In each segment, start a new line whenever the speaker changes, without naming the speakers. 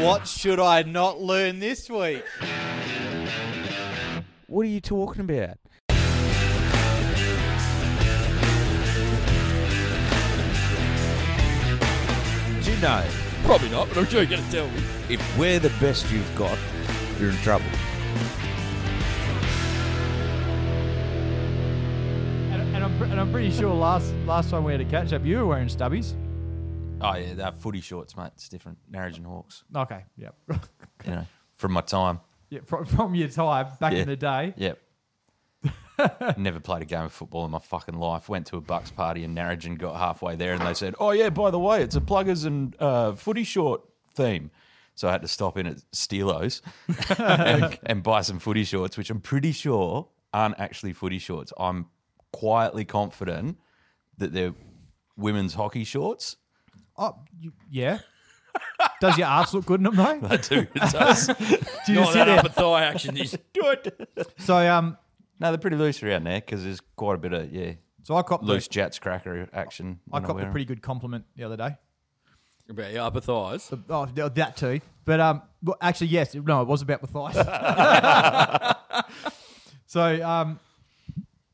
What should I not learn this week?
What are you talking about? Do you know
Probably not, but I'm sure you're going to tell me.
if we're the best you've got, you're in trouble?
And, and, I'm, pre- and I'm pretty sure last last time we had a catch up, you were wearing stubbies.
Oh yeah, they're footy shorts, mate. It's different. Narragin Hawks,
Okay, yep.
you know, from my time.
yeah, from, from your time back
Yeah.
in the day.
Yep. Never played a game of football in my fucking life. Went to a Bucks party in Narragin, got halfway there, and they said, "Oh yeah, by the way, it's a pluggers and uh, footy short theme." So I had to stop in at Steelos and, and buy some footy shorts, which I'm pretty sure aren't actually footy shorts. I'm quietly confident that they're women's hockey shorts.
Oh, you, yeah. Does your ass look good in them though?
I do. It does.
Do you
Not that
just sit
upper
there?
thigh action. Is
So um,
no, they're pretty loose around there because there's quite a bit of yeah
so I copped the-
loose jets cracker action.
I
when
copped
wear
a
'em.
pretty good compliment the other day.
about your upper thighs.
The- Oh, th- that too. But um, well, actually, yes. it- No, it was about the thighs. so um,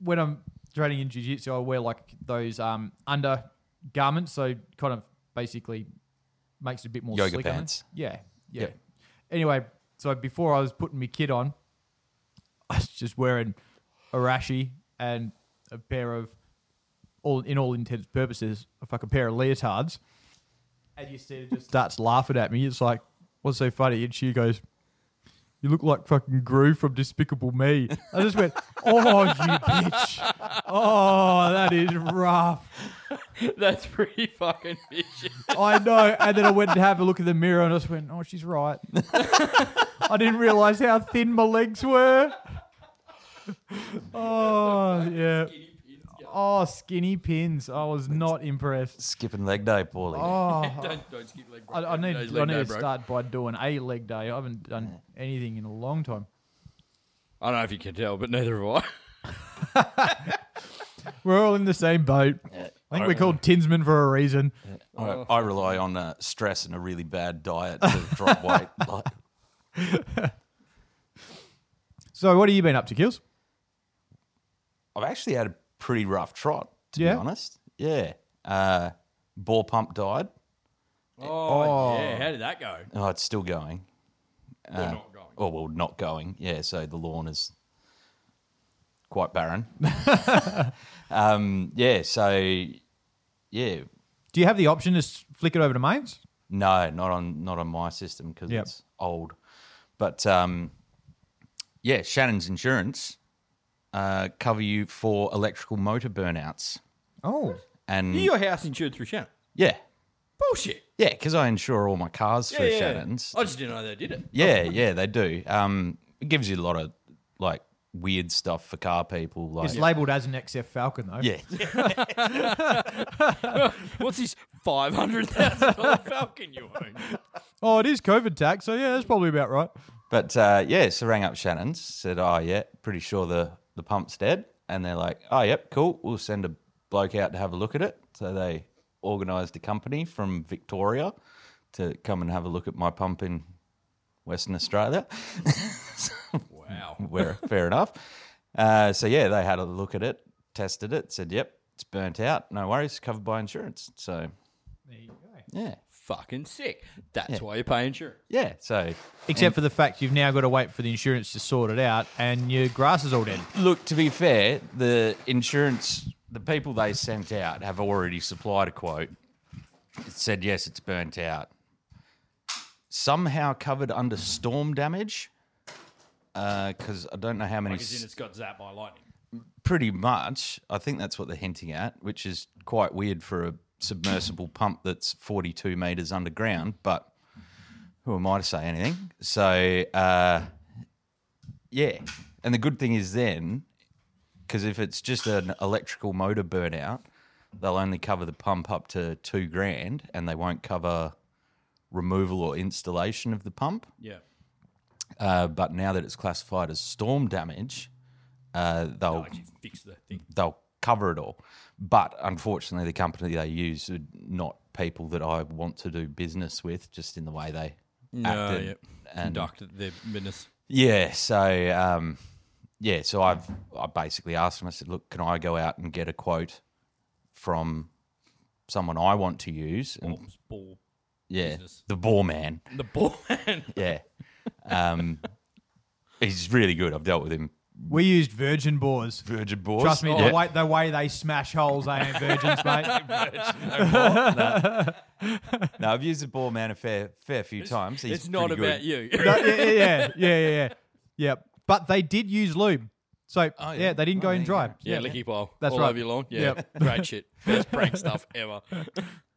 when I'm training in jiu-jitsu, I wear like those um under garments. So kind of basically makes it a bit more
Yoga
slick on it.
pants.
Yeah, yeah.
Yep.
Anyway, so before I was putting my kid on, I was just wearing a rashi and a pair of all in all intents purposes, a fucking pair of leotards. And you see, it just starts laughing at me. It's like, what's so funny? And she goes, "You look like fucking Gru from Despicable Me." I just went, "Oh, you bitch! Oh, that is rough."
That's pretty fucking vicious.
I know. And then I went to have a look in the mirror and I just went, oh, she's right. I didn't realize how thin my legs were. Oh, yeah. Oh, skinny pins. I was not impressed.
skipping leg day, Paulie.
Oh,
don't, don't skip leg
I,
break.
I need,
Those
I
leg
need
day
to
broke.
start by doing a leg day. I haven't done anything in a long time.
I don't know if you can tell, but neither have I.
We're all in the same boat. I think we're called Tinsman for a reason.
I, I rely on uh, stress and a really bad diet to drop weight. Like,
So, what have you been up to, Kills?
I've actually had a pretty rough trot, to
Yeah?
be honest. Yeah. Uh, bore pump died.
Oh, yeah, how did that go?
Oh, it's still going.
Ah.
Or not going.
Oh, well, not going. Yeah, so the lawn is quite barren. um, yeah, so, yeah.
Do you have the option to s- flick it over to mains?
No, not on not on my system because
Yep.
it's old. But um, yeah, Shannon's insurance uh, cover you for electrical motor burnouts,
Oh,
and
Your house insured through Shannon.
yeah,
Bullshit.
yeah, because I insure all my cars
Yeah,
through
yeah.
Shannon's.
Oh,
I just didn't know they did it.
Yeah, yeah, they do. Um, it gives you a lot of like weird stuff for car people. Like
it's labeled as an XF Falcon, though.
yeah,
What's this five hundred thousand dollar Falcon you own?
Oh, it is COVID tax, so yeah, that's probably about right.
But uh, yeah, so rang up Shannon's, said, "Oh yeah, pretty sure the the pump's dead." And they're like, "Oh yep, cool. We'll send a bloke out to have a look at it." So they organised a company from Victoria to come and have a look at my pump in Western Australia.
Wow.
Where fair enough. Uh, so yeah, they had a look at it, tested it, said, "Yep, it's burnt out. No worries, covered by insurance." So
There you go.
yeah,
Fucking sick. That's why you pay insurance.
yeah. So
Except for the fact you've now got to wait for the insurance to sort it out, and your grass is all dead.
Look, to be fair, the insurance, the people they sent out have already supplied a quote. It said, yes, it's burnt out. Somehow covered under storm damage. Because I don't know how many.
Because then it's got zapped by lightning.
Pretty much. I think that's what they're hinting at, which is quite weird for a submersible pump that's 42 meters underground. But who am I to say anything? So, uh, yeah. And the good thing is then, because if it's just an electrical motor burnout, they'll only cover the pump up to two grand and they won't cover removal or installation of the pump.
Yeah.
Uh, but now that it's classified as storm damage, uh, they'll
Like you fix the thing.
they'll cover it all. But unfortunately, the company they use are not people that I want to do business with, just in the way they acted
yep.
and-
conducted their business.
Yeah. So, um, yeah. So I've I basically asked him. I said, "Look, can I go out and get a quote from someone I want to use?" And
Orbs, ball,
yeah,
business.
the ball man.
the ball man.
Yeah. Um, he's really good. I've dealt with him.
We used virgin bores.
Virgin Boys.
Trust me,
Yeah.
the, way, the way they smash holes, they ain't virgins, mate.
No, I've used the ball man a fair fair few times. He's
it's not
pretty
about
good.
you.
No, yeah, yeah, yeah, yeah, yeah, yeah. Yep. But they did use lube. So,
Oh,
yeah.
yeah.
they didn't
Oh,
go
there
in
you
dry.
go.
Yeah, licky pile.
That's
all
right.
over your lawn. Yeah,
Yep.
great shit. Best prank stuff ever.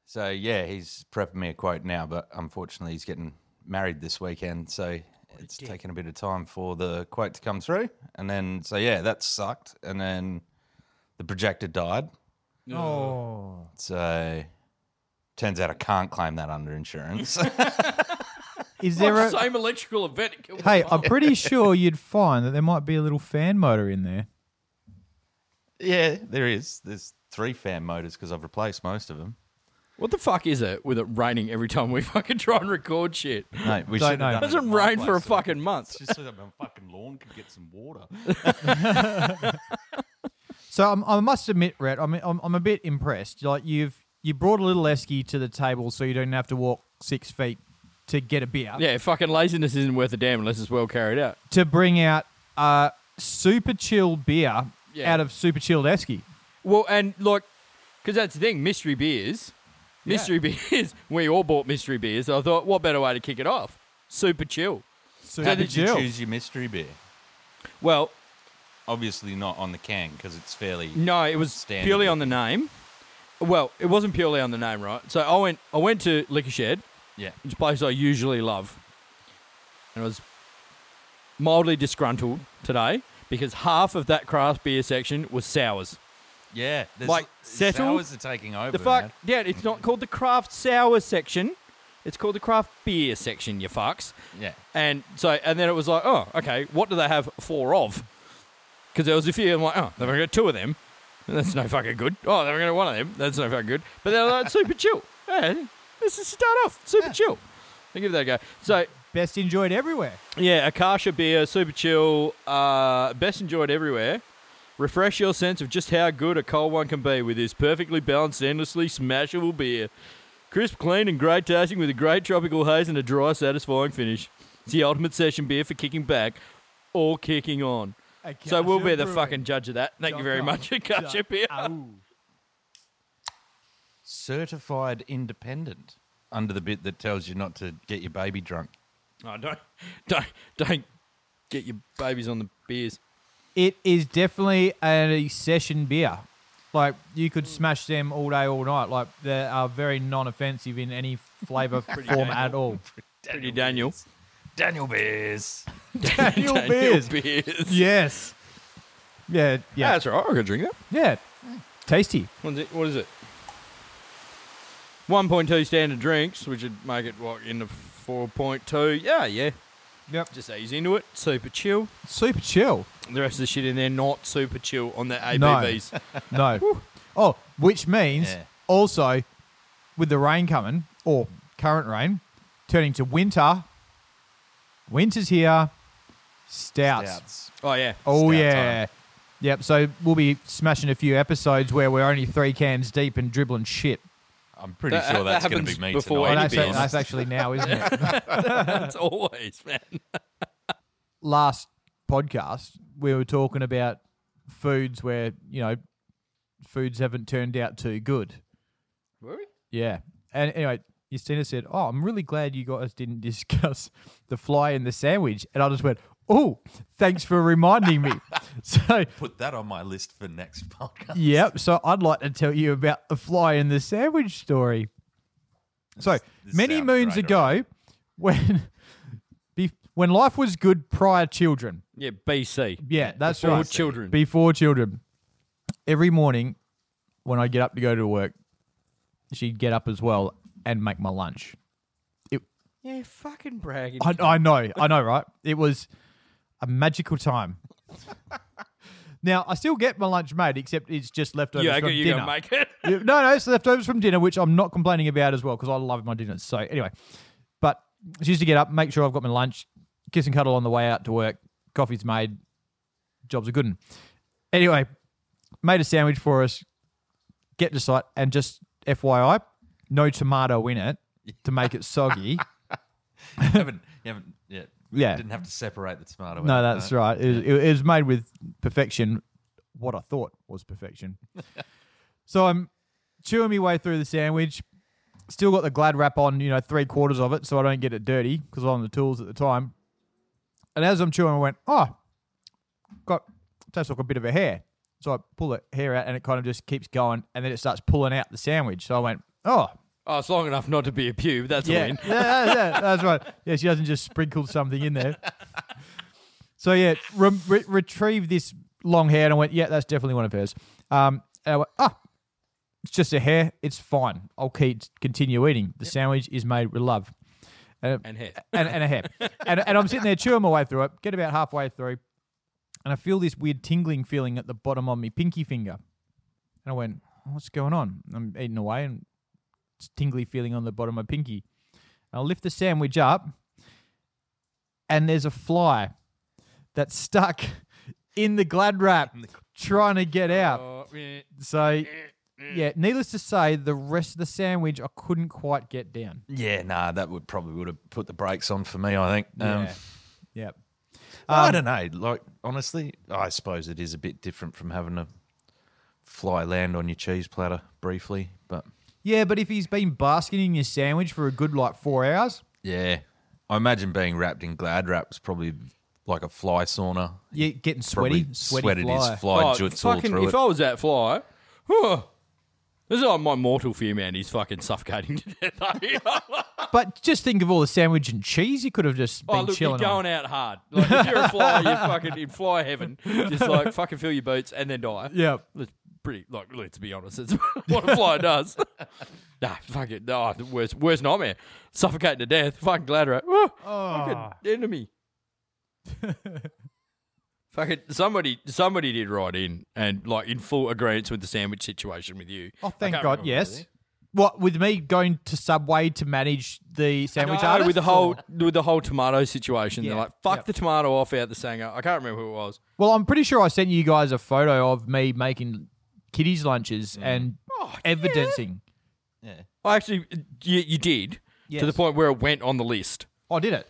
So yeah, he's prepping me a quote now, but unfortunately, he's getting married this weekend, so it's taken a bit of time for the quote to come through. And then, so yeah, that sucked. And then the projector died,
Oh.
so turns out I can't claim that under insurance.
Is there a.
Same electrical event.
Hey, I'm pretty sure you'd find that there might be a little fan motor in there.
yeah, there is. There's three fan motors because I've replaced most of them.
what the fuck is it with it raining every time we fucking try and record shit? It
No, we
Don't
should
know.
have done it.
doesn't
at my
rain for a
place, so-
fucking month.
Just so that my fucking lawn could get some water.
So I'm, I must admit, Rhett, I'm, I'm I'm a bit impressed. Like you've you brought a little esky to the table, so you don't have to walk six feet to get a beer.
Yeah, fucking laziness isn't worth a damn unless it's well carried out.
To bring out uh, super chilled beer
Yeah.
out of super chilled esky.
Well, and like, because that's the thing, mystery beers, mystery beers. We all bought mystery beers. I thought, what better way to kick it off? Super chill.
Super
How did you choose your mystery beer?
Well,
Obviously not on the can because it's fairly
No, it was
Standard
purely on the name. Well, it wasn't purely on the name, right? So I went I went to Liquor Shed,
yeah.
which is a place I usually love. And I was mildly disgruntled today because half of that craft beer section was sours.
Yeah, there's,
Like, settle
sours are taking over.
The fuck?
man.
Yeah, it's not called the craft sour section. It's called the craft beer section, you fucks.
Yeah,
And so, and then it was like, oh, okay, what do they have four of? Because there was a few, I'm like, oh, they've only got two of them. That's no fucking good. Oh, they've only got one of them. That's no fucking good. But they're like, super chill. Hey, this is start off, super chill. They give that a go. So,
Best enjoyed everywhere.
yeah, Akasha beer, super chill, uh, best enjoyed everywhere. Refresh your sense of just how good a cold one can be with this perfectly balanced, endlessly smashable beer. Crisp, clean, and great tasting with a great tropical haze and a dry, satisfying finish. It's the ultimate session beer for kicking back or kicking on. so we'll be the fucking judge of that. Thank you very much, Akasha beer.
certified independent under the bit that tells you not to get your baby drunk.
Oh, don't, don't, don't get your babies on the beers.
It is definitely a session beer. Like you could smash them all day, all night. Like they are very non-offensive in any flavor form at all.
Pretty Daniel.
Daniel Beers.
Daniel beers.
beers.
Yes. Yeah. Yeah.
That's all right. I could drink that.
Yeah. Tasty.
What's it, what is it? 1.2 standard drinks, which would make it what into 4.2. Yeah, yeah.
Yep.
Just ease into it. Super chill.
Super chill.
The rest of the shit in there not super chill on the ABVs.
No. oh, which means
Yeah.
also with the rain coming or current rain turning to winter. Winter's here. Stouts.
Oh yeah.
Oh
Stout
yeah. Yep. So we'll be smashing a few episodes where we're only three cans deep and dribbling shit.
I'm pretty
That-
sure
that
that's going to
happens
be me
before
Oh,
Any
tonight.
that's,
to
that's actually
be honest.
beers.
now, isn't it?
That's always man.
last podcast we were talking about foods where you know foods haven't turned out too good.
Were we?
Yeah, and anyway, Justina said, "Oh, I'm really glad you guys didn't discuss the fly in the sandwich," and I just went, "Oh, thanks for reminding me." so,
Put that on my list for next podcast.
yep. So I'd like to tell you about the fly in the sandwich story. So
this
many
sounds
moons
great
ago, when be- when life was good prior children.
Yeah, BC.
Yeah, that's
All
right.
children.
Before children. Every morning when I get up to go to work, she'd get up as well and make my lunch.
yeah, fucking bragging.
I, I know, I know, right? It was a magical time. now, I still get my lunch made, except it's just leftovers
yeah,
from
you
dinner.
gonna make it?
Yeah, no, no, it's leftovers from dinner, which I'm not complaining about as well because I love my dinners. So anyway, but she used to get up, make sure I've got my lunch, kiss and cuddle on the way out to work. Coffee's made, jobs are good. 'un. Anyway, made a sandwich for us. Get to site and just FYI, no tomato in it to make it soggy.
you haven't, you haven't, yeah,
Yeah.
Didn't have to separate the tomato.
No,
out,
that's right. It was, it was made with perfection, what I thought was perfection. so I'm chewing my way through the sandwich. Still got the glad wrap on, you know, three quarters of it, so I don't get it dirty because I'm on the tools at the time. And as I'm chewing, I went, oh, got tastes like a bit of a hair. So I pull the hair out, and it kind of just keeps going, and then it starts pulling out the sandwich. So I went, oh,
Oh, it's long enough not to be a pube. That's a win.
yeah, yeah, yeah, that's right. Yeah, she doesn't just sprinkle something in there. So yeah, re- re- retrieve this long hair, and I went, yeah, that's definitely one of hers. Um, and I went, ah, it's just a hair. It's fine. I'll keep continue eating. The sandwich is made with love
And hair.
and, and a hair. And, and I'm sitting there chewing my way through it, get about halfway through, and I feel this weird tingling feeling at the bottom of my pinky finger. And I went, What's going on? I'm eating away and it's tingly feeling on the bottom of my pinky. And I lift the sandwich up, and there's a fly that's stuck in the glad wrap trying to get out.
Oh, yeah.
So. Yeah, needless to say, the rest of the sandwich I couldn't quite get down.
Yeah, nah, that would probably would have put the brakes on for me. I think. Um,
yeah. Yep.
Um,
I don't know. Like honestly, I suppose it is a bit different from having a fly land on your cheese platter briefly, but
Yeah, but if he's been basking in your sandwich for a good like four hours,
yeah, I imagine being wrapped in glad wrap is probably like a fly sauna.
you're getting sweaty,
Probably
sweaty
sweated
fly.
his fly
Oh,
juts all
fucking,
through
if
it.
I was that fly, huh, this is like my mortal fear, man. He's fucking suffocating to death. oh, over here.
But just think of all the sandwich and cheese you could have just been
oh, look, you're
chilling on.
going out hard. Like, if you're a fly, you're fucking in fly heaven. Just like fucking fill your boots and then die.
Yeah,
That's pretty, like, let's be honest. It's what a fly does. nah, fuck it. Nah, the worst, worst nightmare. Suffocating to death. Fucking glad, right? Woo,
Oh,
Fucking enemy. fucking somebody, somebody did write in and like in full agreement with the sandwich situation with you.
Oh, thank
can't
God,
remember
yes.
whether-
What with me going to Subway to manage the sandwich
No,
artist
with the
or-
whole with the whole tomato situation.
Yeah,
They're like, fuck
yeah.
the tomato off out the sanger. I can't remember who it was.
Well, I'm pretty sure I sent you guys a photo of me making kiddies lunches
Mm.
and
Oh,
evidencing.
I actually, you, you did to the
Yes.
point where it went on the list.
I Oh, did it.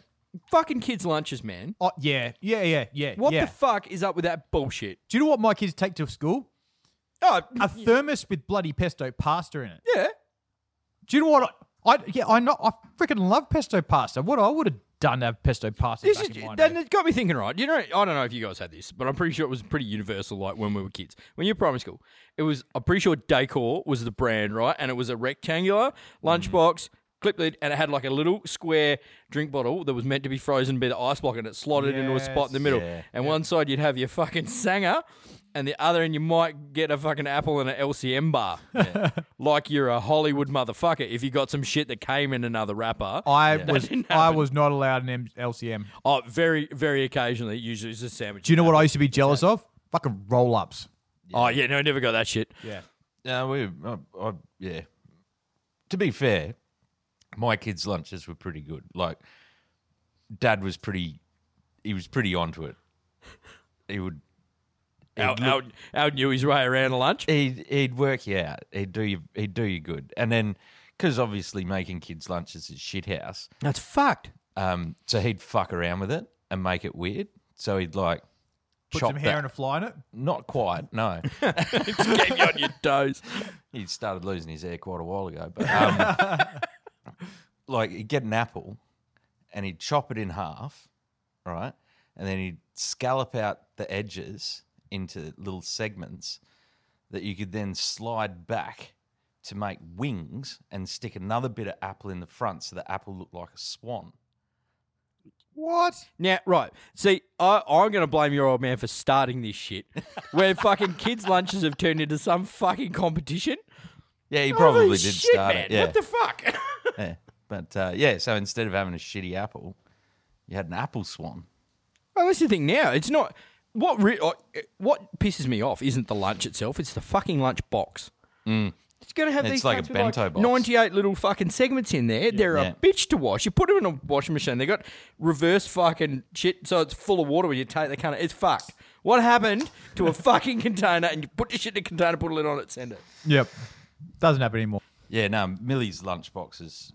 Fucking kids' lunches, man.
Oh yeah, yeah, yeah, yeah.
What
yeah.
the fuck is up with that bullshit?
Do you know what my kids take to school?
Oh,
A thermos with bloody pesto pasta in it.
yeah.
Do you know what? I, I- yeah, I know. I freaking love pesto pasta. What I would have done to have pesto pasta.
This
back
is
in my
then
day.
it got me thinking, right? You know, I don't know if you guys had this, but I'm pretty sure it was pretty universal. Like when we were kids, when you're primary school, it was. I'm pretty sure Decor was the brand, right? And it was a rectangular
Mm.
lunchbox, clip lid, and it had like a little square drink bottle that was meant to be frozen by the ice block, and it slotted into a spot in the middle.
Yeah.
And one side you'd have your fucking sanger, and the other end you might get a fucking apple and an LCM bar, like you're a Hollywood motherfucker if you got some shit that came in another wrapper.
I was
didn't
I
happen.
was not allowed an M- LCM.
Oh, very, very occasionally. Usually it's a sandwich.
Do you know what I used to be jealous of? Fucking roll ups.
Oh, yeah, no, I never got that shit.
Yeah.
Yeah, we, I, I, yeah. To be fair, my kids' lunches were pretty good. Like, dad was pretty, he was pretty onto it. He would,
Out, out, out knew his way around lunch.
he'd, he'd work you out. He'd do you, he'd do you good. And then, because obviously making kids' lunches is shit house.
That's fucked.
Um, so he'd fuck around with it and make it weird. So he'd like
Put
chop
some hair
that-
and a fly in it.
Not quite, no.
Keep you on your toes.
he started losing his hair quite a while ago. But um, like, he'd get an apple and he'd chop it in half, right? And then he'd scallop out the edges into little segments that you could then slide back to make wings and stick another bit of apple in the front so the apple looked like a swan.
What?
Now, right. See, I, I'm going to blame your old man for starting this shit where fucking kids' lunches have turned into some fucking competition.
Yeah, he probably
Holy
did
shit,
start
man.
it. Yeah.
What the fuck?
yeah. But uh, yeah, so instead of having a shitty apple, you had an apple swan.
Well, Oh, that's the thing now. It's not. oh, What, re- uh, what pisses me off isn't the lunch itself, it's the fucking lunch box. It's going to
Mm.
have
It's
these
like
cunts
a
with,
bento box.
98 little fucking segments in there. They're
Yeah.
a bitch to wash. You put them in a washing machine. They got reverse fucking shit, so it's full of water when you take the container. It's fucked. What happened to a fucking container? And you put your shit in a container, put a lid on it, send it.
Yep. Doesn't happen anymore.
Yeah, no, Millie's lunchbox is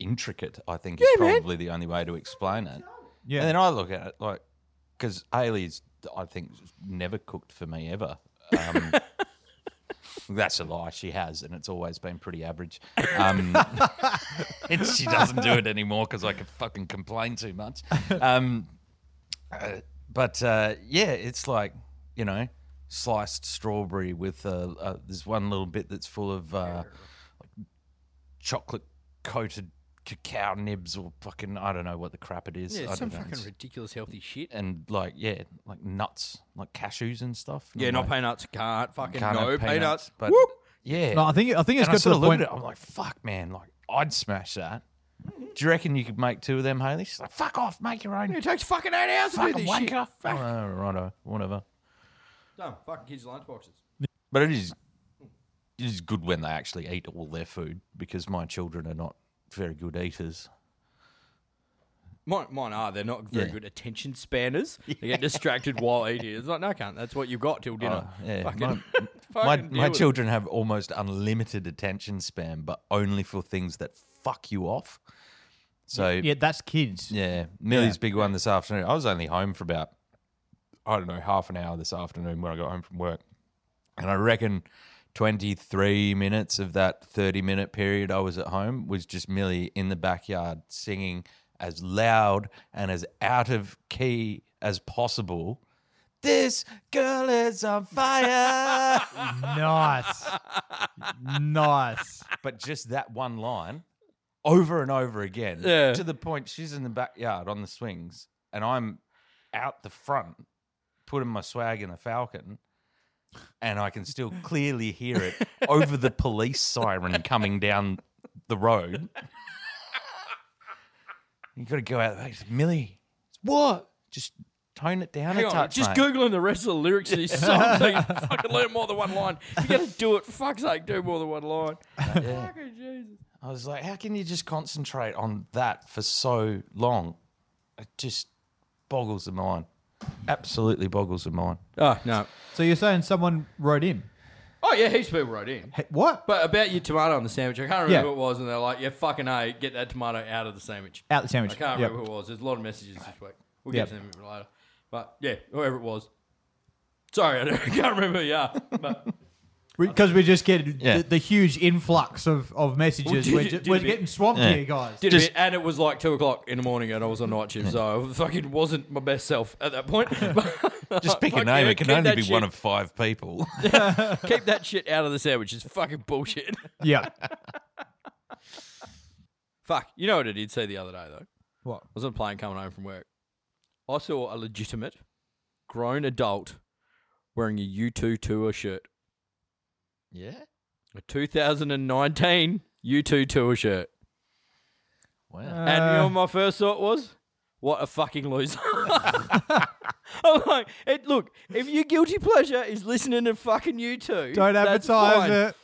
intricate, I think is
Yeah, man.
probably the only way to explain it.
Yeah.
And then I look at it like, because Haley's, I think, never cooked for me ever. Um, that's a lie. She has, and it's always been pretty average. Um, and she doesn't do it anymore because I could fucking complain too much. Um, uh, but uh, yeah, it's like you know, sliced strawberry with uh, uh, there's one little bit that's full of uh, like chocolate coated cacao nibs or fucking I don't know what the crap it is.
Yeah,
I
it's
don't
some
know.
fucking
It's-
ridiculous healthy shit.
and like yeah, like nuts, like cashews and stuff. And
Yeah,
I'm
not
like,
peanuts. Can't fucking
can't
no
have
peanuts.
But
Whoop.
yeah,
No, I think I think it's
and
got to
I sort
the
of looked
point.
at it. I'm like, fuck, man, like I'd smash that. Do you reckon you could make two of them, Haley? She's like, fuck off, make your own.
It takes fucking eight hours to do
Fucking
this shit.
wanker. Fuck. Oh, righto, whatever.
Dumb fucking kids' lunchboxes.
But it is it is good when they actually eat all their food because my children are not very good eaters.
Mine, mine are. They're not very
Yeah.
good attention spanners. They get distracted while eating. It's like, no, can't. That's what you've got till dinner.
Oh, yeah,
Fucking-
my- my
fucking deal
my
with it.
children have almost unlimited attention span, but only for things that fuck you off. So yeah,
Yeah, that's kids.
Millie's big one this afternoon. I was only home for about I don't know half an hour this afternoon when I got home from work, and I reckon. 23 minutes of that 30 minute period I was at home was just Millie in the backyard singing as loud and as out of key as possible. This girl is on fire.
Nice. nice.
but just that one line over and over again
Yeah.
to the point she's in the backyard on the swings and I'm out the front putting my swag in a falcon and I can still clearly hear it over the police siren coming down the road. you got to go out there. It's, Millie, what? Just tone it down
Hang
a
on,
touch.
just
mate."
googling the rest of the lyrics of this song so you can fucking learn more than one line. If you got to do it, for fuck's sake, do more than one line.
Yeah.
Fucking Jesus.
I was like, how can you just concentrate on that for so long? It just boggles the mind. Absolutely boggles the mind.
Oh no.
So you're saying someone wrote in?
Oh yeah, heaps of people wrote in.
Hey, what?
But about your tomato on the sandwich, I can't remember
Yeah.
what it was, and they're like, "Yeah, fucking a, get that tomato out of the sandwich."
Out the sandwich.
I can't
Yep.
remember who it was. There's a lot of messages this week. We'll
Yep.
get to them later. But yeah, whoever it was. Sorry, I don't- I can't remember who you are. But
Because we just get
Yeah.
the, the huge influx of, of messages.
did
we're
you-
ju-
did
we're
you-
getting swamped
Yeah.
here, guys.
did a bit, and it was like two o'clock in the morning, and I was on night shift, so I fucking wasn't my best self at that point.
Just pick a
Fuck
name.
yeah,
it can
keep
only
that
be one
shit.
of five people.
Keep that shit out of the sandwich. It's fucking bullshit.
yeah.
Fuck, you know what I did see the other day though.
What?
I was on a plane coming home from work. I saw a legitimate grown adult wearing a U2 tour shirt.
yeah.
A 2019 U2 tour shirt.
Wow.
and
Uh.
you know what my first thought was? What a fucking loser. I'm like, it, look, if your guilty pleasure is listening to fucking U2,
Don't
that's
advertise
fine.
it.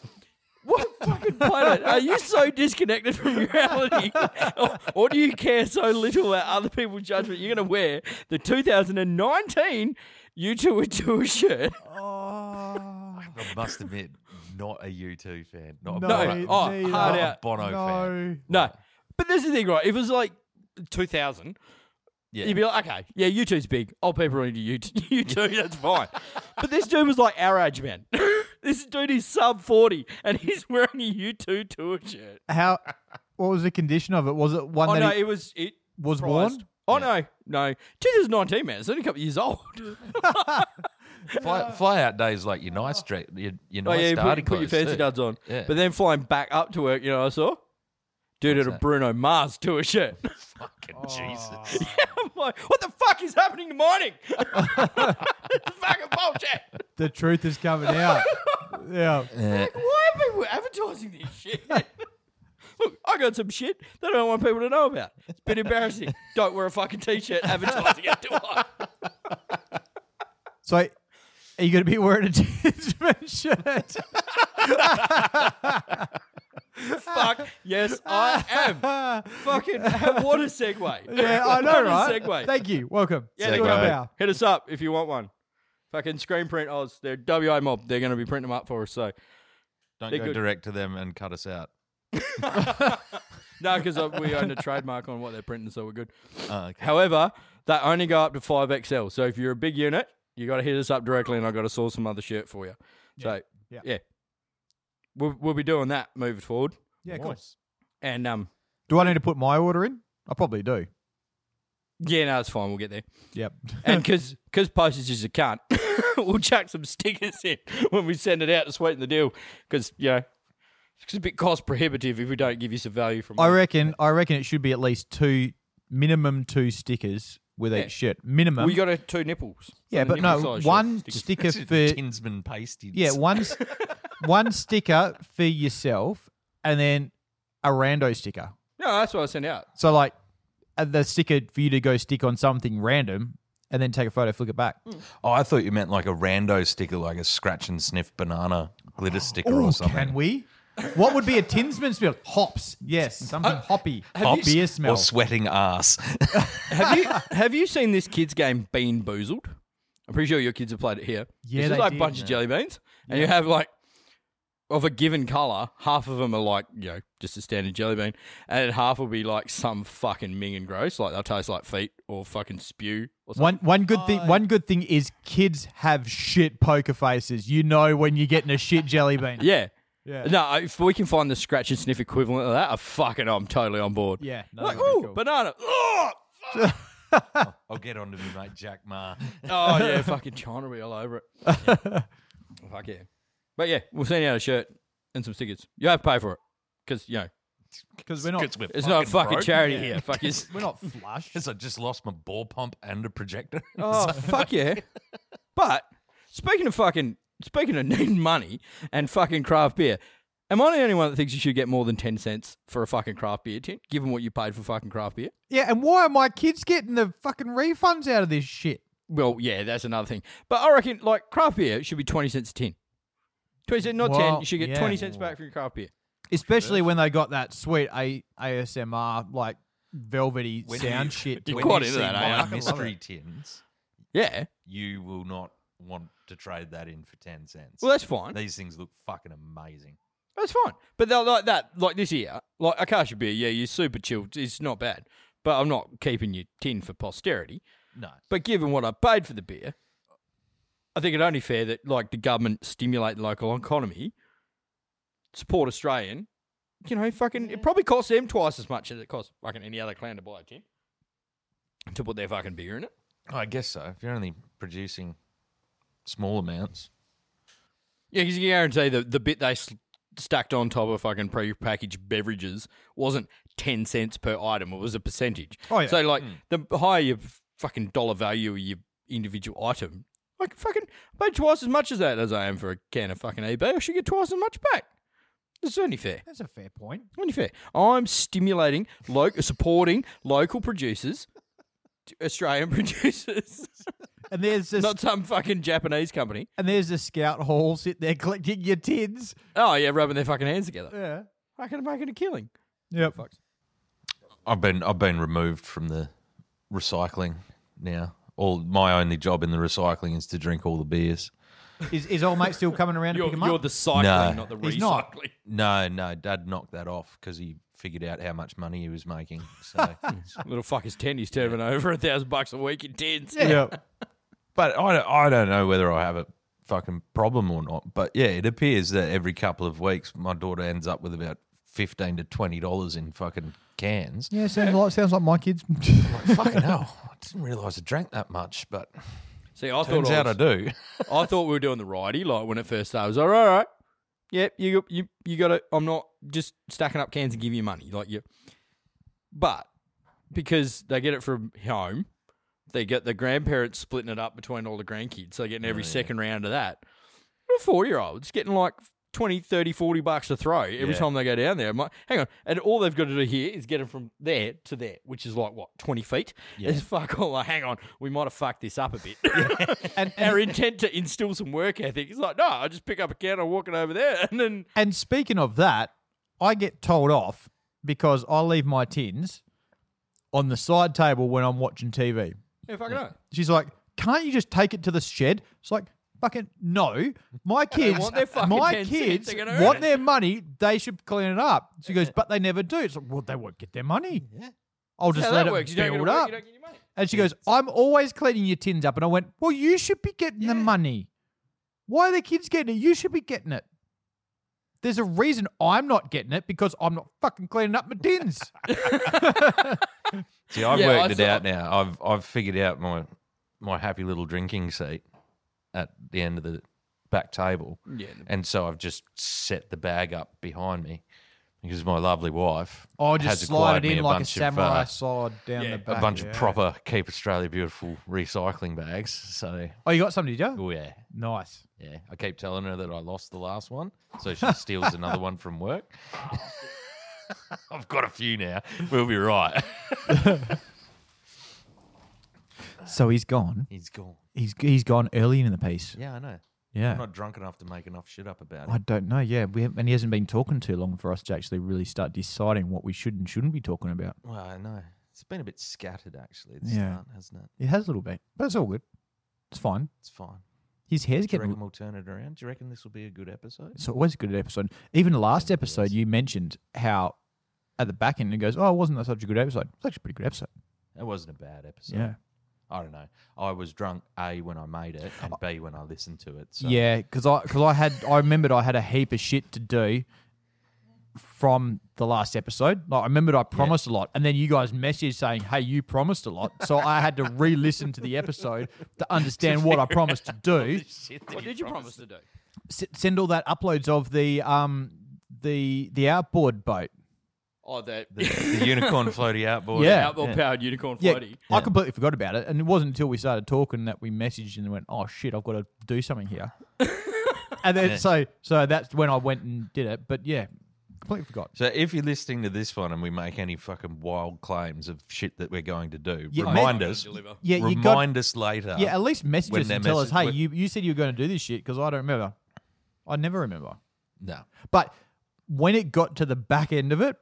What fucking planet? Are you so disconnected from reality? or, or do you care so little about other people's judgment? You're going to wear the 2019 U2 Tour shirt.
Oh,
I must admit, not a U2 fan. Not
No,
a Bono,
No, oh,
neither.
hard
not a
out.
Bono fan.
No.
No. But there's the thing, right? If it was like 2000,
Yeah.
you'd be like, okay, yeah, U2's big. Old people are into U2, U2 that's fine. but this dude was like our age, man. this dude is sub 40 and he's wearing a U2 Tour shirt.
How? What was the condition of it? Was it one
Oh,
that
no,
he-
it was. it
was
prized.
worn?
Oh, no, no. 2019, man. It's only a couple of years old.
Fly, fly out days like your nice dress, your, your
uh, Oh,
nice
yeah, you
starting
put, put your
clothes
fancy
too.
duds on.
Yeah.
But then flying back up to work, you know, what I saw dude at a
that?
Bruno Mars tour shirt.
Fucking Jesus.
I'm like, what the fuck is happening in the morning? fucking bullshit.
The truth is coming out. yeah.
Why are people advertising this shit? Look, I got some shit that I don't want people to know about. It's a bit embarrassing. don't wear a fucking t-shirt advertising it, do I?
So, are you going to be wearing a Tinsman shirt?
Fuck yes, I am. Fucking what a segue.
Yeah, I know,
What a
right?
segue.
Thank you. Welcome.
Yeah,
Segue.
segue.
Bow.
Hit us up if you want one. Fucking screen print Oz. They're WA mob. They're going to be printing them up for us. So
Don't
They're
go
good.
direct to them and cut us out.
no, because we own a trademark on what they're printing, so we're good.
Oh, okay.
However, they only go up to five XL. So if you're a big unit, you got to hit us up directly, and I got to source some other shirt for you. So
Yeah.
yeah, We'll, we'll be doing that moving forward.
Yeah, of course.
And um,
Do I need to put my order in? I probably do.
yeah, no, it's fine. We'll get there.
Yep.
And because because postage is a cunt, we'll chuck some stickers in when we send it out to sweeten the deal. Because you know, it's a bit cost prohibitive if we don't give you some value from.
I
it.
reckon. I reckon it should be at least two, minimum two stickers with
Yeah.
each shirt. Minimum.
we got a two nipples.
yeah,
on the
but
nipple
no,
size
one
shirt.
sticker for
Tinsman pasties.
yeah, one, s- one sticker for yourself, and then a rando sticker.
No, that's what I sent out.
So like uh, the sticker for you to go stick on something random, and then take a photo, flick it back.
Oh, I thought you meant like a rando sticker, like a scratch and sniff banana glitter sticker
Ooh,
or something.
Can we? What would be a tinsman smell? Hops. Yes, something hoppy.
Hops
Beer smell.
or sweating ass.
Have you have you seen this kids game Bean Boozled? I'm pretty sure your kids have played it here.
Yeah,
it's just
they
like
did,
a bunch of jelly beans, and you have like of a given color, half of them are like you know just a standard jelly bean, and then half will be like some fucking ming and gross, like they'll taste like feet or fucking spew or something.
One one good thing one good thing is kids have shit poker faces. You know when you're getting a shit jelly bean.
Yeah.
Yeah.
No, if we can find the scratch and sniff equivalent of that, I fucking I'm totally on board.
Yeah, no,
like,
that'd be
ooh,
cool."
banana. Oh!
I'll get on to me, mate, Jack Ma.
Oh yeah, fucking China will be all over it. Fuck yeah. But yeah, we'll send you out a shirt and some stickers. You have to pay for it because you know
Because we're not
It's with
it's not fucking
broke.
charity here. Fuck yes.
we're not flush.
Because I just lost my ball pump and a projector.
Oh fuck yeah. But speaking of fucking speaking of needing money and fucking craft beer, am I the only one that thinks you should get more than ten cents for a fucking craft beer tin, given what you paid for fucking craft beer?
yeah, and why are my kids getting the fucking refunds out of this shit?
Well, yeah, that's another thing. But I reckon like craft beer should be twenty cents a tin. Twenty cents, not ten.
Well,
You should get
yeah.
twenty cents back for your craft beer.
Especially when they got that sweet a- ASMR like velvety
When
sound
you-
shit.
You
When
caught
you
into
see
that, eh?
my
I love
mystery tins,
Yeah.
you will not want to trade that in for 10 cents.
Well, that's fine.
These things look fucking amazing.
That's fine. But they're like that, like this year, like Akasha beer, yeah, you're super chilled. It's not bad. But I'm not keeping your tin for posterity.
No.
But given what I paid for the beer, I think it only fair that like the government stimulate the local economy, support Australian. You know, fucking it probably costs them twice as much as it costs fucking any other clan to buy a tin. To put their fucking beer in it.
I guess so. If you're only producing small amounts.
Yeah, because you can guarantee the, the bit they s- stacked on top of fucking pre-packaged beverages wasn't 10 cents per item. It was a percentage.
Oh, yeah.
So, like, the higher your fucking dollar value of your individual item, like, fucking, I paid twice as much as that as I am for a can of fucking eBay. I should get twice as much back. It's only fair.
That's a fair point.
Only fair. I'm stimulating, lo- supporting local producers, Australian producers,
And there's this
not some fucking Japanese company.
and there's the scout hall sitting there collecting your tins.
Oh, yeah, rubbing their fucking hands together.
Yeah.
I can make it a killing.
Yep.
I've been I've been removed from the recycling now. All my only job in the recycling is to drink all the beers.
Is is old mate still coming around to
You're,
pick him
you're
up?
the cycling,
No.
not the
He's not.
recycling.
No, no, Dad knocked that off because he figured out how much money he was making. So,
Little fucker's ten. He's turning over a thousand bucks a week in tins.
Yep.
but I don't, I don't know whether I have a fucking problem or not. But yeah, it appears that every couple of weeks my daughter ends up with about fifteen to twenty dollars in fucking cans.
Yeah, sounds like sounds like my kids.
fucking hell, I didn't realize I drank that much, but
See, I
turns
thought I,
out I do.
was- I thought we were doing the righty. Like when it first started, I was like, all right, yep, you you you got to I'm not just stacking up cans and giving you money. Like you, but because they get it from home, they get the grandparents splitting it up between all the grandkids. So they're getting every second round of that. A four year old's getting like
20, 30, 40 bucks to throw every
Yeah.
time they go down there. I'm like, hang on. And all they've got to do here is get them from there to there, which is like, what, 20 feet? It's fuck all. Like, hang on. We might have fucked this up a bit.
And,
Our
and,
intent to instill some work ethic is like, no, I just pick up a can, I walk it over there. And then,
and speaking of that, I get told off because I leave my tins on the side table when I'm watching TV.
yeah, fucking yeah.
She's like, "Can't you just take it to the shed?" It's like, "Fucking no, my kids,
want their fucking
my
10 cents,
kids
they're gonna earn
want
it."
their money. They should clean it up." She goes, "But they never do." It's like, "Well, they won't get their money. I'll just
How
let
that
it
works. You don't, get to
build
work,
up."
you don't get your money.
And she goes, "I'm always cleaning your tins up." And I went, "Well, you should be getting the money. Why are the kids getting it? You should be getting it." There's a reason I'm not getting it because I'm not fucking cleaning up my tins.
See, I've
Yeah,
worked
I
it
saw-
out now. I've I've figured out my my happy little drinking seat at the end of the back table. Yeah. And so I've just set the bag up behind me because my lovely wife
I
has
just
acquired
slide it
me
in like a
bunch of,
samurai
uh,
sword down the back.
a bunch of
yeah.
proper Keep Australia Beautiful recycling bags. So,
Oh, you got something to do?
oh yeah,
Nice.
yeah. I keep telling her that I lost the last one, so she steals another one from work. I've got a few now. We'll be right.
So he's gone.
He's gone.
He's he's gone early in the piece.
Yeah, I know.
Yeah.
I'm not drunk enough to make enough shit up about it.
I don't know. Yeah, we haven't, and he hasn't been talking too long for us to actually really start deciding what we should and shouldn't be talking about.
Well, I know. It's been a bit scattered actually at the
Yeah.
start, hasn't it?
It has a little bit, but it's all good. It's fine.
It's fine.
His hair's
Do you reckon
getting.
we'll turn it around? Do you reckon this will be a good episode?
It's always a good episode. Even last episode, you mentioned how at the back end it goes, "Oh, wasn't that such a good episode?" It's actually a pretty good episode.
It wasn't a bad episode.
Yeah,
I don't know. I was drunk A when I made it and B when I listened to it. So
yeah, because I because I had I remembered I had a heap of shit to do from the last episode. Like I remembered I promised a lot, and then you guys messaged saying, "Hey, you promised a lot," so I had to re-listen to the episode to understand what I promised to do.
Shit,
What did you promise to do?
S- send all that uploads of the um the the outboard boat.
Oh, that
the, the unicorn floaty outboard.
Yeah.
outboard powered unicorn
Yeah,
floaty.
I completely forgot about it, and it wasn't until we started talking that we messaged and went, "Oh shit, I've got to do something here." and then so so that's when I went and did it. But yeah, completely forgot.
So if you're listening to this one and we make any fucking wild claims of shit that we're going to do,
Yeah,
remind
mate.
us.
Deliver.
Yeah, you
remind
got
us later.
yeah. At least message
when
us
they're
and tell us,
message-
"Hey,
when-
you you said you were going to do this shit," because I don't remember. I never remember.
No.
But when it got to the back end of it,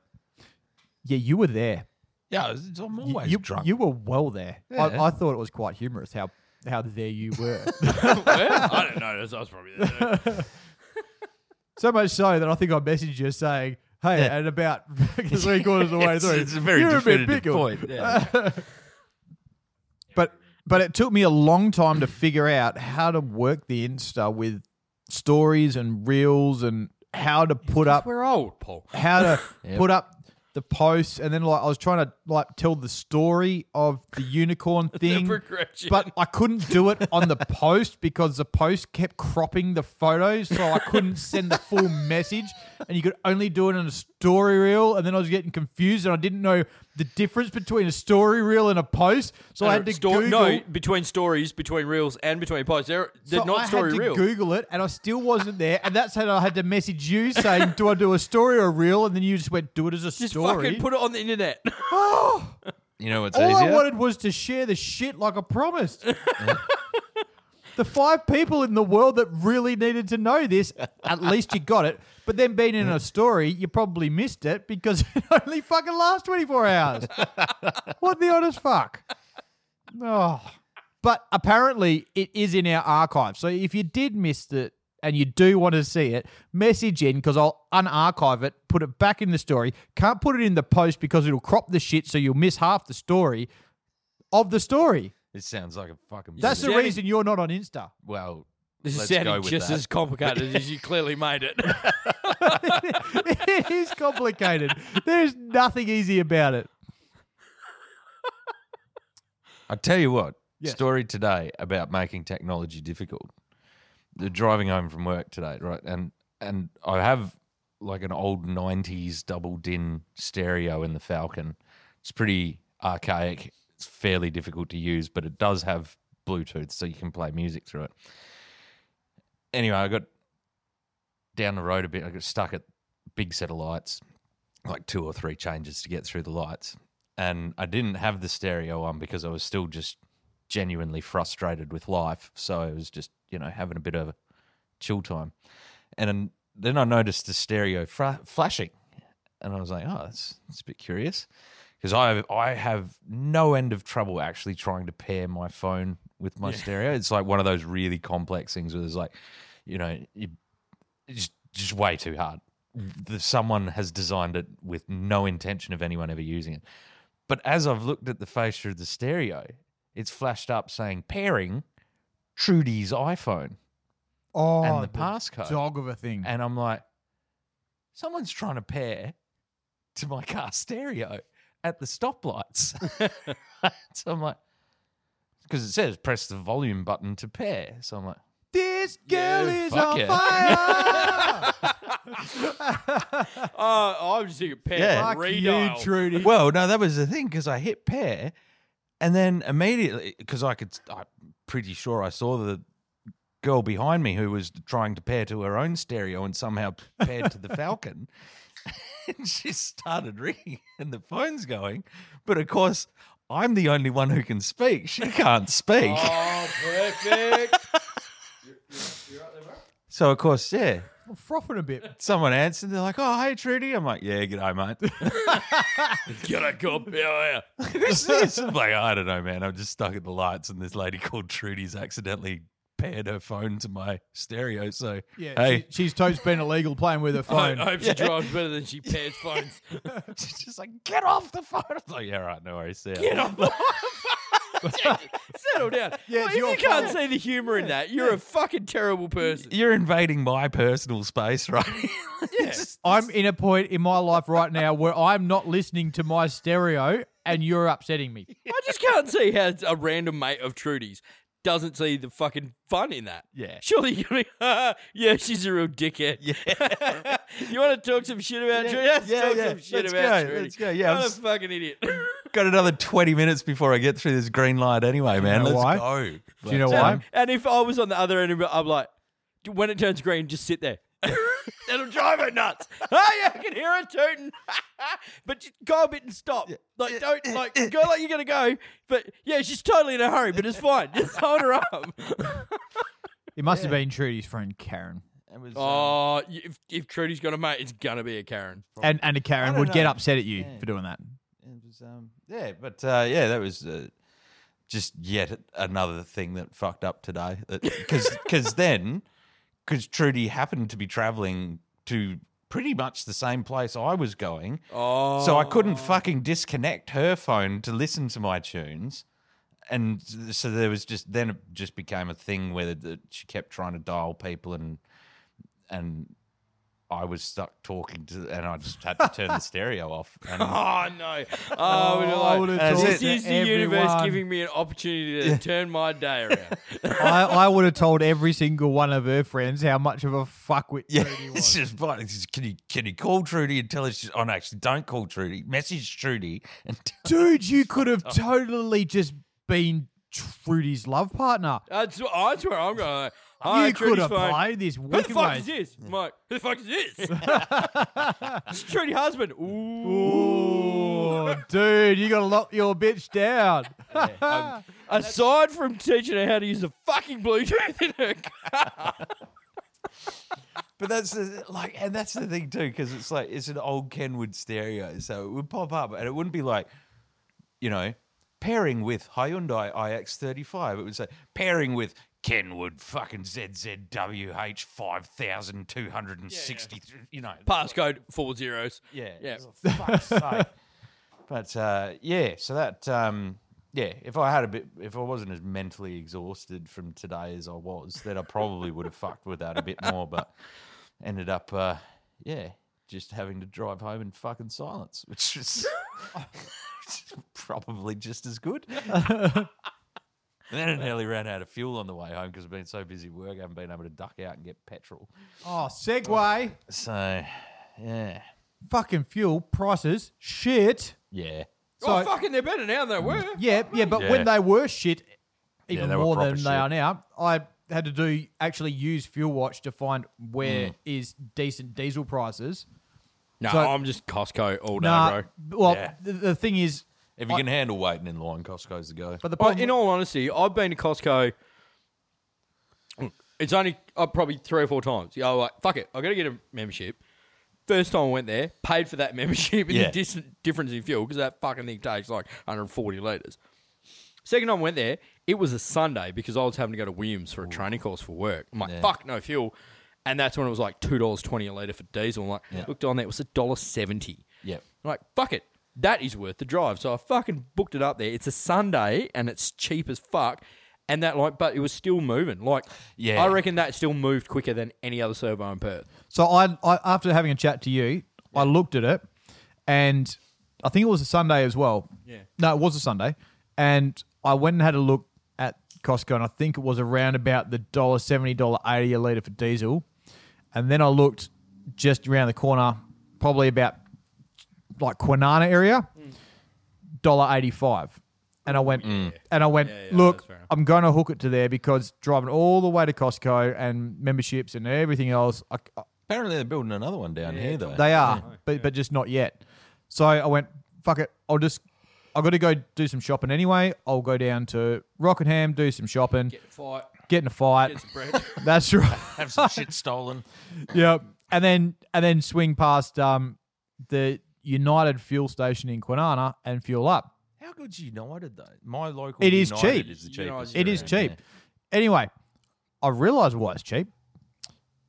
yeah, you were there.
Yeah, it's- I'm
You-
always
you,
drunk.
you were well there.
Yeah.
I, I thought it was quite humorous how how there you were.
Well, I don't know. I was probably there.
so much so that I think I messaged you saying, "Hey," and about three quarters of the way
It's-
through,
it's a very
"You're bit
definitive
bigger."
point. Yeah.
But but it took me a long time to figure out how to work the Insta with stories and reels and how to put up
We're old, Paul.
how to put up the posts and then like I was trying to like tell the story of the unicorn thing
progression.
but I couldn't do it on the post because the post kept cropping the photos so I couldn't send the full message and you could only do it in a story reel and then I was getting confused and I didn't know the difference between a story reel and a post so I had to
Sto-
Google
no between stories, between reels, and between posts. They're, they're
so
not
I
story
had to
reels.
Google it, and I still wasn't there. And that's how I had to message you saying, "Do I do a story or a reel?" And then you just went, "Do it as a
Just
story."
fucking put it on the internet.
You know what's
All I
easier?
wanted was to share the shit like I promised. the five people in the world that really needed to know this, at least you got it. But then being in a story, you probably missed it because it only fucking lasts 24 hours. what the honest fuck? Oh. But apparently it is in our archive. So if you did miss it and you do want to see it, message in because I'll unarchive it, put it back in the story. Can't put it in the post because it'll crop the shit so you'll miss half the story of the story.
This sounds like a fucking.
That's the
Sounding-
reason you're not on Insta.
well.
This is
let's go
sounding
with
just
that.
as complicated as you clearly made it.
it is complicated. There's nothing easy about it.
I tell you what,
Yes.
story today about making technology difficult. The driving home from work today, right? And and I have like an old '90s double din stereo in the Falcon. It's pretty archaic. It's fairly difficult to use, but it does have Bluetooth, so you can play music through it. Anyway, I got down the road a bit. I got stuck at big set of lights, like two or three changes to get through the lights. And I didn't have the stereo on because I was still just genuinely frustrated with life. So I was just, you know, having a bit of a chill time. And then- then I noticed the stereo fra- flashing. And I was like, oh, that's, that's a bit curious. Because I have, I have no end of trouble actually trying to pair my phone with my stereo. It's like one of those really complex things where there's like, you know, you just just way too hard. The, someone has designed it with no intention of anyone ever using it. But as I've looked at the face through the stereo, it's flashed up saying pairing Trudy's iPhone
Oh,
and the passcode.
dog of a thing.
And I'm like, someone's trying to pair to my car stereo at the stoplights. so I'm like, because it says press the volume button to pair. So I'm like,
this girl
Yeah,
is
fuck
on
yeah.
fire.
Oh, I'm just thinking, Pat,
Yeah.
Fuck you,
redial.
Trudy.
Well, no, that was the thing because I hit pair, and then immediately because I could, I'm pretty sure I saw the girl behind me who was trying to pair to her own stereo and somehow paired to the Falcon. And she started ringing, and the phone's going. But of course, I'm the only one who can speak. She can't speak.
Oh, perfect.
So of course, yeah,
I'm frothing a bit.
someone answered. They're like, "Oh, hey, Trudy." I'm like, "Yeah, g'day, mate."
Gonna go Bill.
Who's this? I'm like, I don't know, man. I'm just stuck at the lights, and this lady called Trudy's accidentally paired her phone to my stereo. So,
Yeah,
hey,
she, she's totes been illegal playing with her
I
phone.
hope she drives better than she pairs phones.
she's just like, get off the phone. I'm like, yeah, right, no worries. See ya."
Get off the Settle down.
Yeah,
Well,
it's
if
your
you can't
fault.
see the humor in that, you're a fucking terrible person.
You're invading my personal space, right? Yes.
I'm in a point in my life right now where I'm not listening to my stereo, and you're upsetting me.
I just can't see how a random mate of Trudy's doesn't see the fucking fun in that.
Yeah.
Surely you're gonna be, "Ah, yeah, she's a real dickhead. Yeah. you want to talk some shit about Trudy? Let's
yeah,
talk
yeah.
some shit
Let's
about
go,
Trudy.
let's go. Yeah, I'm
What a
s-
fucking idiot.
Got another 20 minutes before I get through this green light anyway, man.
know
Let's
why?
go.
Do you know why?
and if I was on the other end of it, I'm like, "D- when it turns green, just sit there. It'll drive her nuts. Oh yeah, I can hear her tooting. but just go a bit and stop. Like don't like go like you're gonna go. But yeah, she's totally in a hurry, but it's fine. Just hold her up.
It must have been Trudy's friend Karen,
It was, um,
Oh, y- if, if Trudy's got a mate, it's gonna be a Karen.
and and a Karen
don't
would get
know.
upset at you
Yeah.
for doing that.
it was, um, yeah, but uh, yeah, that was uh, just yet another thing that fucked up today. Because then, because Trudy happened to be traveling to pretty much the same place I was going.
Oh,
So I couldn't fucking disconnect her phone to listen to my tunes. And so there was just, then it just became a thing where the, she kept trying to dial people and, and, I was stuck talking to, and I just had to turn the stereo off. And
Oh no! Oh, we're
I would've
like,
talked
this
to
is the universe
everyone.
giving me an opportunity to turn my day around.
I, I would have told every single one of her friends how much of a fuckwit
Yeah,
Trudy
it's
was.
just fine. It's just, can you can you call Trudy and tell her? She's, oh no, actually, don't call Trudy. Message Trudy and tell
Dude, you could have
Oh.
totally just been Trudy's love partner.
That's, I swear, I'm going. Hi,
you could
Trudy's
have
phone.
played this
Who the
wicked
fuck
way.
is this? I'm like, who the fuck is this? it's Trudy husband. Ooh.
Oh, dude, you gotta lock your bitch down.
Um, Aside from teaching her how to use the fucking Bluetooth in her car.
But that's the, like, and that's the thing too, because it's like it's an old Kenwood stereo, so it would pop up, and it wouldn't be like, you know, pairing with Hyundai iX35. It would say pairing with Kenwood fucking ZZWH five thousand two hundred and sixty three. You know,
Passcode four zeros.
Yeah.
Yeah.
it's a fuck's sake. But uh, yeah, so that um, yeah, if I had a bit, if I wasn't as mentally exhausted from today as I was, then I probably would have fucked with that a bit more. But ended up, uh, yeah, just having to drive home in fucking silence, which is probably just as good. and then I nearly ran out of fuel on the way home because I've been so busy at work, I haven't been able to duck out and get petrol.
Oh, Segway.
So yeah,
Fucking fuel prices. Shit.
yeah.
oh,
So-
fucking, they're better now than they were.
Yeah, yeah, but
Yeah.
when they were shit, even
they were
more
proper
than
shit.
they are now, I had to do actually use Fuel Watch to find where is decent diesel prices.
No,
So-
I'm just Costco all day,
Nah,
bro.
well,
Yeah.
the, the thing is,
If you can handle waiting in line, Costco's the go.
but the
Well,
problem,
in all honesty, I've been to Costco. It's only uh, probably three or four times. Yeah, I was like fuck it, I gotta get a membership. First time I went there, paid for that membership and
Yeah.
the dis- difference in fuel because that fucking thing takes like 140 liters. Second time I went there, it was a Sunday because I was having to go to Williams for a training course for work. I'm like, fuck, no fuel. And that's when it was like two dollars twenty a litre for diesel. I'm like, looked on there, it was a dollar seventy.
Yep.
I'm like, fuck it. That is worth the drive. So I fucking booked it up there. It's a Sunday and it's cheap as fuck. And that like but it was still moving. Like
Yeah.
I reckon that still moved quicker than any other servo in Perth.
So I, I after having a chat to you, I looked at it, and I think it was a Sunday as well. Yeah. No, it was a Sunday, and I went and had a look at Costco, and I think it was around about the dollar seventy, dollar eighty a liter for diesel, and then I looked just around the corner, probably about like Quinana area, dollar eighty five. And I went, and I went. look, I'm going to hook it to there because driving all the way to Costco and memberships and everything else, I,
Apparently, they're building another one down here, though.
they are, but but just not yet. So I went, fuck it. I'll just, I've got to go do some shopping anyway. I'll go down to Rockingham, do some shopping, get,
Fight,
in a fight.
get some bread.
That's right.
have some shit stolen.
yep. And then and then swing past um the United fuel station in Quinana and fuel up.
How good's United though? My local.
It is
United
cheap.
Is the cheapest
It is
around,
cheap.
yeah.
Anyway, I realised why it's cheap,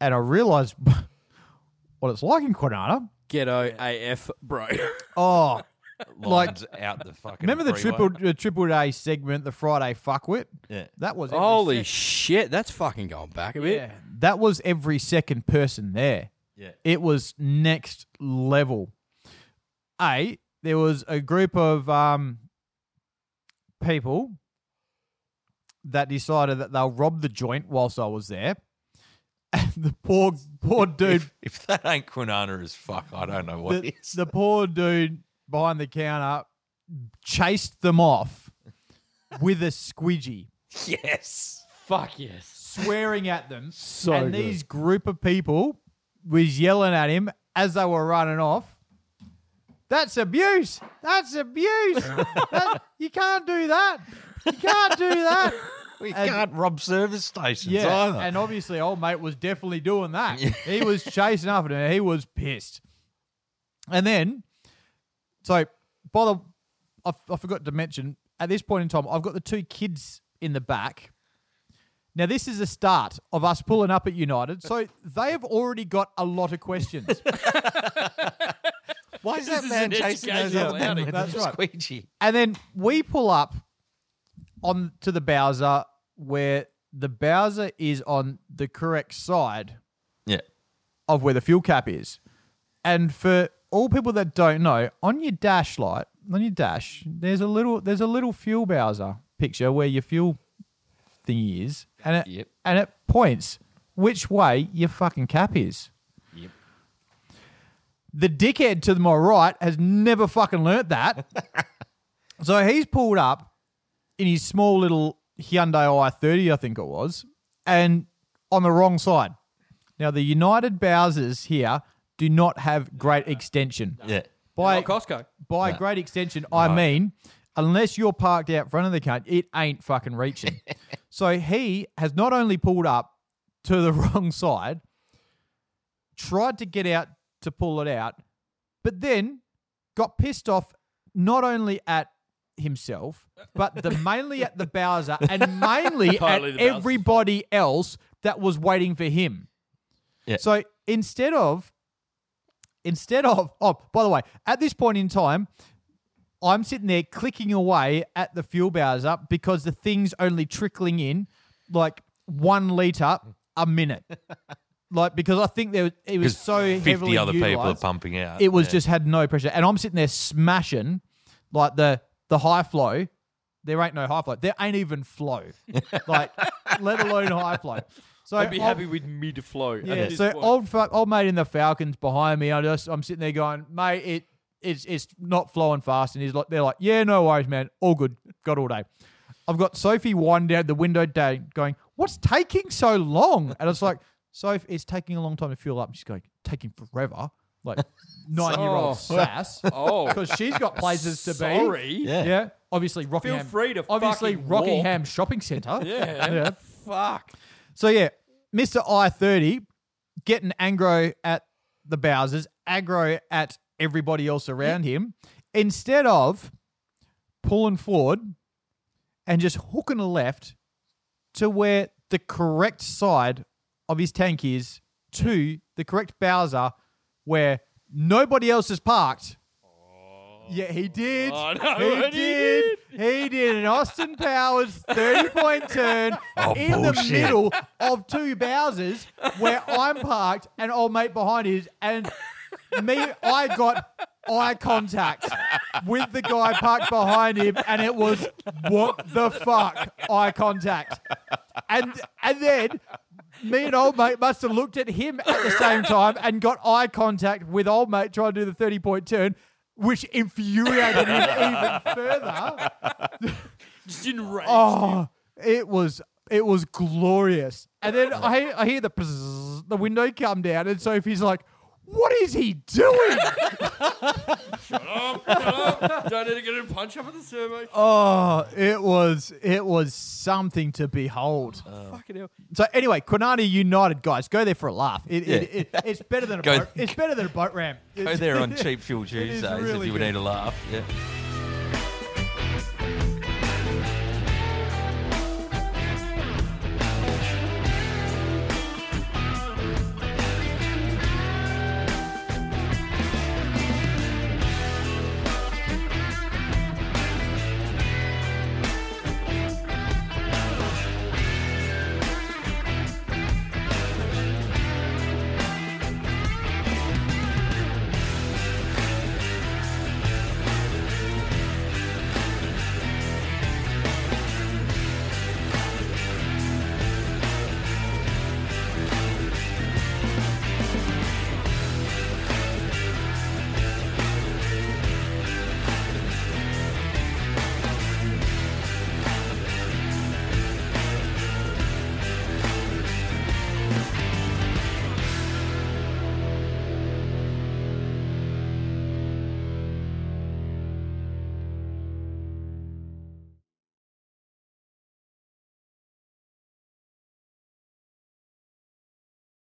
and I realised what it's like in Quinana.
Ghetto AF bro.
Oh,
Lines out the fucking.
remember the
freeway.
triple the triple day segment, the Friday fuckwit?
Yeah.
That was every
Holy
sec-
shit, that's fucking going back a bit.
Yeah, that was every second person there.
Yeah.
It was next level. A, there was a group of um, people that decided that they'll rob the joint whilst I was there. And the poor, poor dude
If, if that ain't Quinana as fuck, I don't know what
the,
is.
the poor dude behind the counter chased them off with a squidgy,
Yes.
Fuck yes.
swearing at them. So and these group of people was yelling at him as they were running off. That's abuse. That's abuse. That- you can't do that. You can't do that.
We
And-
can't rob service stations
Yeah,
either.
and obviously, old mate was definitely doing that. he was chasing after her. He was pissed. And then, so by the, I, I forgot to mention at this point in time, I've got the two kids in the back. Now this is the start of us pulling up at United, so they have already got a lot of questions.
Why is that
is
man
an
chasing those
educational
other men
outing.
with
That's
the
right.
squeegee?
And then we pull up on to the Bowser where the Bowser is on the correct side
Yeah.
of where the fuel cap is. And for all people that don't know, on your dash light, on your dash, there's a little there's a little fuel Bowser picture where your fuel thingy is, and it
Yep.
and it points which way your fucking cap is. Yep. The dickhead to my right has never fucking learnt that. so he's pulled up in his small little Hyundai i30, I think it was, and on the wrong side. Now the United Bowsers here do not have great extension.
Yeah.
By
Not Costco.
by great extension, I mean unless you're parked out front of the cunt, it ain't fucking reaching. so he has not only pulled up to the wrong side, tried to get out to pull it out, but then got pissed off not only at himself, but the mainly at the Bowser and mainly at
Partly the Bowser's
everybody else that was waiting for him.
Yeah.
So instead of instead of oh, by the way, at this point in time, I'm sitting there clicking away at the fuel Bowser because the thing's only trickling in like one liter a minute. Like because I think there was, it was so heavily
Fifty other people are
utilised
pumping out.
it was just had no pressure. And I'm sitting there smashing like the the high flow. There ain't no high flow. There ain't even flow. Like, let alone high flow. So
I'd be
old-
happy with mid flow.
Yeah. So old fuck, old mate in the Falcons behind me. I just I'm sitting there going, mate, it it's it's not flowing fast. And he's like, they're like, yeah, no worries, man, all good, got all day. I've got Sophie winding out the window day going, What's taking so long? And it's like, Soph, it's taking a long time to fuel up. And she's going, Taking forever. Like nine year old sass.
Oh.
Because she's got places to be.
Sorry.
Yeah. Obviously, Rockingham.
free to
Obviously,
fucking
Rockingham Shopping Centre.
Yeah.
yeah.
Fuck.
So yeah, Mr. I thirty getting aggro at the Bowsers, aggro at everybody else around him, instead of pulling forward and just hooking a left to where the correct side of his tank is to the correct Bowser where nobody else is parked. Yeah, he did.
Oh, no,
he
and he
did. He did an Austin Powers 30 point turn in the middle of two Bowsers where I'm parked and old mate behind is. And me, I got eye contact with the guy parked behind him, and it was what the fuck eye contact. And and then me and old mate must have looked at him at the same time and got eye contact with old mate trying to do the thirty point turn. Which infuriated him even further.
Just enraged.
Oh, it was it was glorious. And then I I hear the pzzz, the window come down, and Sophie's like, "What is he doing?"
Oh, Shut up. Don't need to get a punch up at the servo.
Oh, it was it was something to behold.
Fucking hell.
So anyway, Quinani United guys, go there for a laugh. It, it, it, it's better than a
Go-
boat. It's better than a boat ramp.
Go there on Cheap Fuel
is
Tuesdays if
really
you
good.
need a laugh. Yeah.